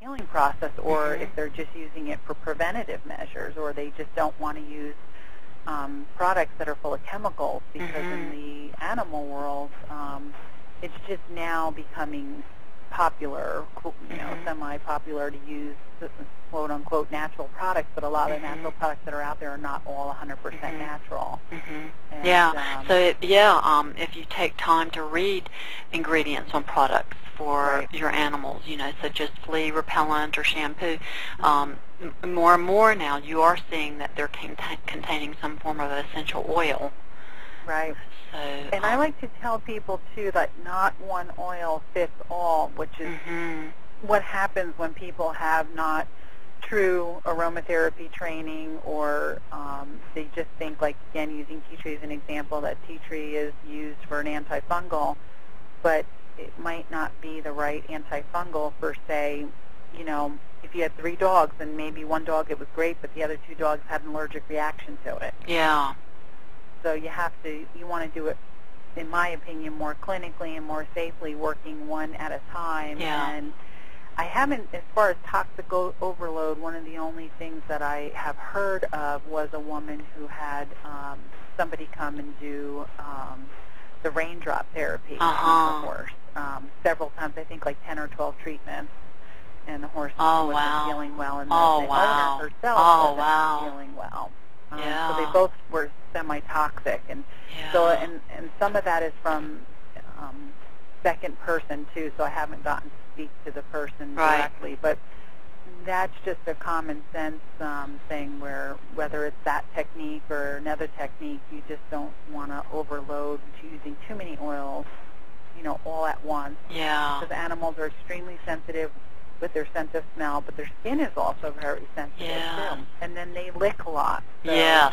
healing process or Mm-hmm. if they're just using it for preventative measures or they just don't want to use um, products that are full of chemicals because Mm-hmm. in the animal world um, it's just now becoming popular, qu- you know, Mhm. semi-popular to use the quote unquote natural products, but a lot of Mhm. the natural products that are out there are not all 100% percent Mhm. natural. Mhm. And, Yeah. um, So it, yeah, um, if you take time to read ingredients on products for Right. your animals, you know, such as flea repellent or shampoo, um, m- more and more now you are seeing that they're cont- containing some form of essential oil. right. So um, And I like to tell people too that not one oil fits all, which is hmm what happens when people have not true aromatherapy training or um, they just think like again using tea tree as an example that tea tree is used for an antifungal but it might not be the right antifungal for say you know if you had three dogs and maybe one dog it was great but the other two dogs had an allergic reaction to it Yeah. so you have to, you want to do it, in my opinion, more clinically and more safely, working one at a time. Yeah. And I haven't, as far as toxic o- overload, one of the only things that I have heard of was a woman who had um, somebody come and do um, the raindrop therapy on Uh-huh. her horse um, several times. I think like ten or twelve treatments. And the horse Oh, wasn't wow. feeling well, and Oh, the owner wow. herself Oh, wasn't wow. feeling well. Um, So Yeah. they both were semi-toxic, and Yeah. so and and some of that is from um, second person too. So I haven't gotten to speak to the person Right. directly, but that's just a common sense um, thing where whether it's that technique or another technique, you just don't want to overload to using too many oils, you know, all at once yeah. because animals are extremely sensitive with their sense of smell, but their skin is also very sensitive Yeah. too. And then they lick a lot. So yes.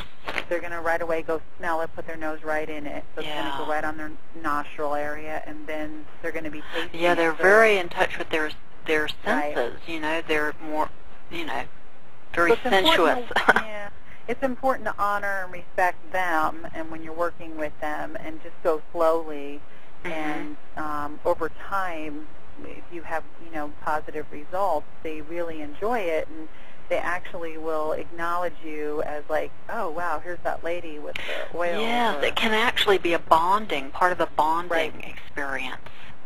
They're going to right away go smell it, put their nose right in it. So it's going to Yeah. go right on their nostril area, and then they're going to be tasting. Yeah, it. they're So- very in touch with their their Right. senses. You know, they're more, you know, so very it's sensuous. important to- yeah. It's important to honor and respect them, and when you're working with them, and just go slowly. Mhm. And um, over time, if you have you know positive results, they really enjoy it, and they actually will acknowledge you as like, oh wow, here's that lady with the oil. yes, or- it can actually be a bonding part of a bonding Right. experience.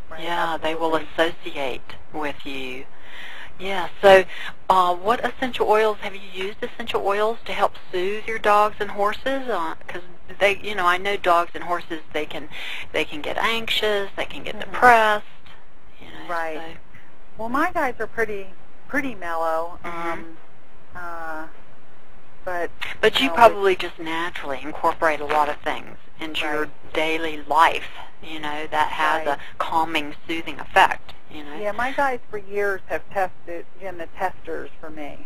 Right, yeah, they will absolutely. associate with you. Yeah. So, uh, what essential oils have you used? Essential oils to help soothe your dogs and horses, because they, you know, I know dogs and horses. They can, they can get anxious. They can get Mhm. depressed. You know, Right. so- Well, my guys are pretty pretty mellow. Mm-hmm. Um, uh, but But you No, probably just naturally incorporate a lot of things into your daily life, you know, that has Right. a calming, soothing effect, you know? yeah, my guys for years have tested been the testers for me.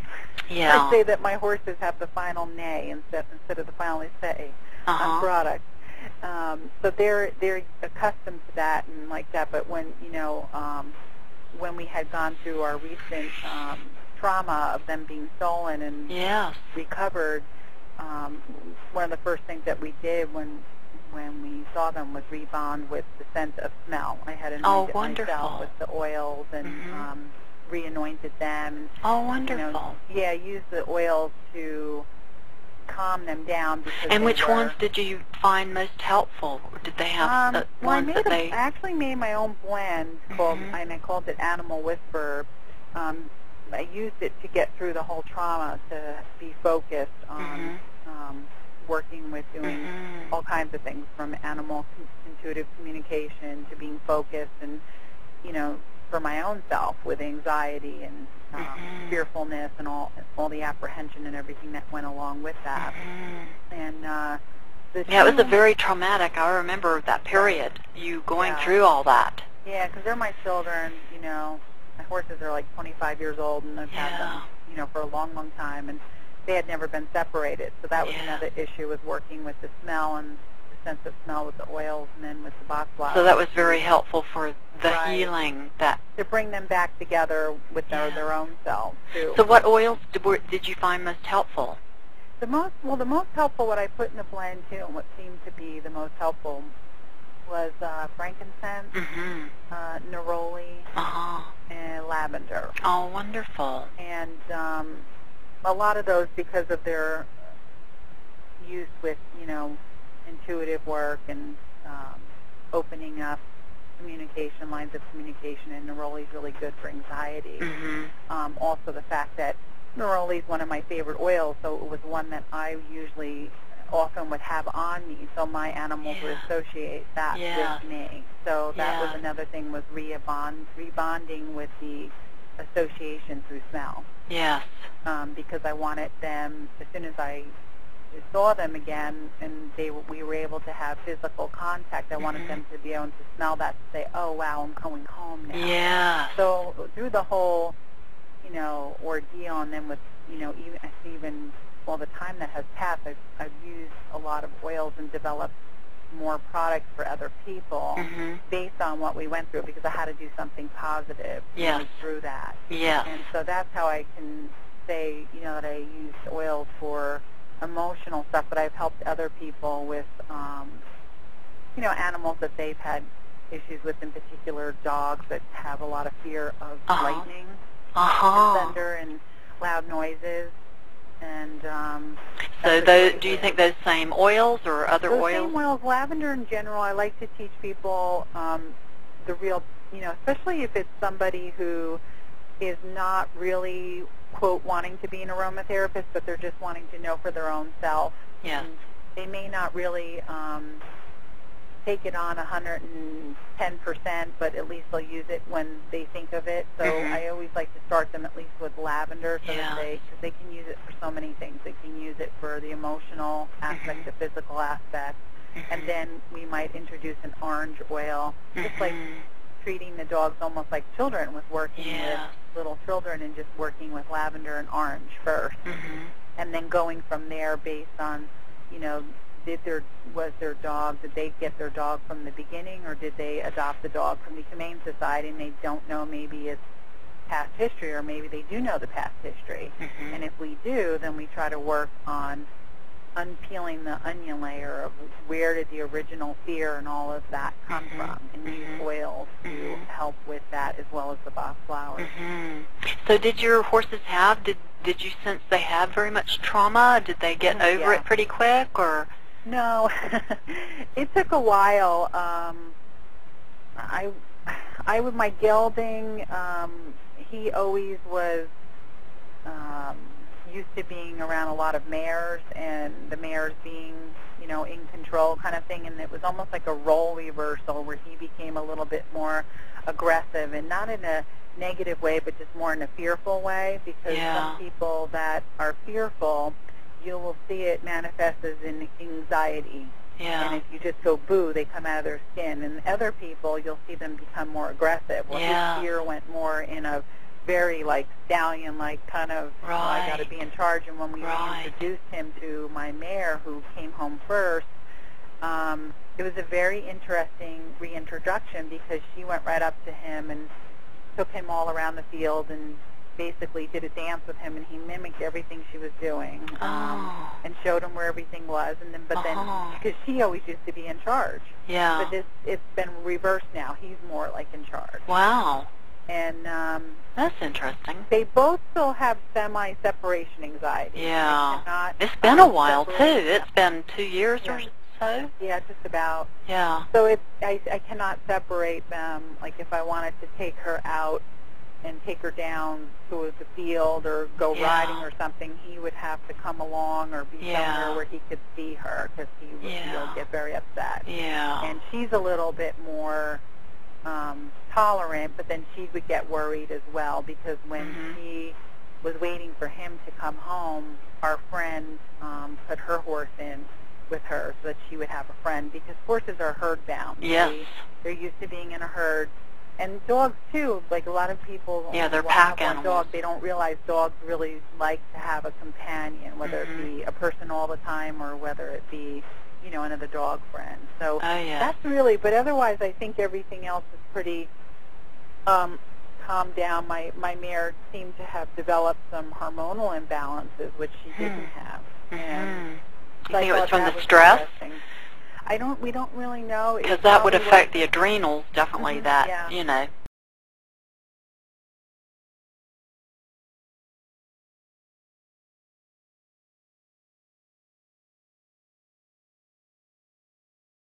Yeah. I say that my horses have the final nay instead instead of the final say on uh-huh. products. Um, so they're they're accustomed to that and like that. But when you know um, when we had gone through our recent um, trauma of them being stolen and Yes. recovered, um, one of the first things that we did when when we saw them was rebond with the scent of smell. I had anointed Oh, wonderful. myself with the oils and Mhm. um, reanointed them and Oh, wonderful. you know, yeah, use the oils to calm them down. Because and they which were, ones did you find most helpful? Did they have Um, the well, I ones made that a- they... I actually made my own blend called, Mhm. and I called it Animal Whisperer. Um, I used it to get through the whole trauma to be focused on Mm-hmm. um, working with doing Mhm. Mm-hmm. all kinds of things from animal con- intuitive communication to being focused and you know for my own self with anxiety and um, Mhm. fearfulness and all all the apprehension and everything that went along with that Mhm. and uh the Yeah, it was a two- very traumatic. I remember that period, you going Yeah. through all that. yeah because they're my children you know my horses are like 25 years old and I've had Yeah. them you know for a long long time and they had never been separated so that was Yeah. another issue with working with the smell and the sense of smell with the oils and then with the box flowers So that was very helpful for the Right. healing that to bring them back together with their, Yeah. their own selves too. So what oils did, were, did you find most helpful? the most well, the most helpful what I put in the blend too, and what seemed to be the most helpful was uh, frankincense, Mm-hmm. uh, neroli, Uh-huh. and lavender. Oh, wonderful. And um, a lot of those, because of their use with, you know, intuitive work and um, opening up communication, lines of communication, and neroli is really good for anxiety. Mm-hmm. um, also the fact that neroli is one of my favorite oils, so it was one that I usually often would have on me, so my animals would Yeah. associate that Yeah. with me. So that Yeah. was another thing was re-bond, rebonding with the association through smell, Yes. um, because I wanted them as soon as I saw them again, and they were- we were able to have physical contact. I wanted Mhm. them to be able to smell that, to say, "Oh wow, I'm going home now." Yes. So through the whole, you know, ordeal, and then with, you know, even even all the time that has passed, I've, I've used a lot of oils and developed more products for other people Mm-hmm. based on what we went through because I had to do something positive you know, Yes. through that. Yes. And so that's how I can say, you know, that I use oil for emotional stuff, but I've helped other people with, um, you know, animals that they've had issues with, in particular dogs that have a lot of fear of Uh-huh. lightning and Uh-huh. thunder and loud noises. And um, So that's a those, great do you way. think those same oils or other those oils? same oils, lavender in general, I like to teach people um, the real, you know, especially if it's somebody who is not really, quote, wanting to be an aromatherapist, but they're just wanting to know for their own self. Yes. And They may not really um, take it on 110%, but at least they'll use it when they think of it. So Mhm. I always like to start them at least with lavender so Yeah. that they, cause they can use it for so many things. They can use it for the emotional aspect, Mhm. the physical aspect, Mm-hmm. and then we might introduce an orange oil, just like Mhm. treating the dogs almost like children with working Yeah. with little children and just working with lavender and orange first Mhm. and then going from there based on, you know, did their was their dog did they get their dog from the beginning or did they adopt the dog from the humane society and they don't know maybe its past history or maybe they do know the past history Mhm. and if we do then we try to work on unpeeling the onion layer of where did the original fear and all of that come Mhm. from and use Mhm. oils to Mhm. help with that as well as the box flowers Mhm. So did your horses have did did you sense they had very much trauma? Did they get Oh, over yeah. it pretty quick or No, it took a while. Um, I, I with my gelding, um, he always was um, used to being around a lot of mares and the mares being, you know, in control kind of thing. And it was almost like a role reversal where he became a little bit more aggressive and not in a negative way, but just more in a fearful way because Yeah. some people that are fearful, you will see it manifest as in anxiety. And yeah. if you just go boo, they come out of their skin. And other people, you'll see them become more aggressive. Well, Yeah. his fear went more in a very like stallion-like kind of, "Oh, I got to Right. be in charge. And when we Right. introduced him to my mare, who came home first, um, it was a very interesting reintroduction because she went right up to him and took him all around the field and basically did a dance with him, and he mimicked everything she was doing. Um, Oh. and showed him where everything was, and then but Uh-huh. then because she always used to be in charge, Yeah. but this it's been reversed now. He's more like in charge, Wow. and um, That's interesting. they both still have semi separation anxiety. Yeah. Not It's been a while too. It's been 2 years or Uh, Yeah. so. yeah, just about. Yeah. So it's I I cannot separate them. Like if I wanted to take her out and take her down to the field or go Yeah. riding or something, he would have to come along or be Yeah. somewhere where he could see her because he would Yeah. he'll get very upset. Yeah. and she's a little bit more um, tolerant, but then she would get worried as well because when Mhm. she was waiting for him to come home, our friend um, put her horse in with her so that she would have a friend because horses are herd bound. Yes. They, they're used to being in a herd. And dogs too, like a lot of people Yeah, they're only have pack one animals. Dog, they don't realize dogs really like to have a companion, whether Mhm. it be a person all the time or whether it be, you know, another dog friend. So Oh yeah. that's really, but otherwise, I think everything else is pretty um, calmed down. My my mare seemed to have developed some hormonal imbalances, which she Hmm. didn't have. Mhm. And You so I think it was thought from that the stress? interesting. I don't. We don't really know. It because that would probably affect the adrenals definitely. Mhm, That yeah. you know,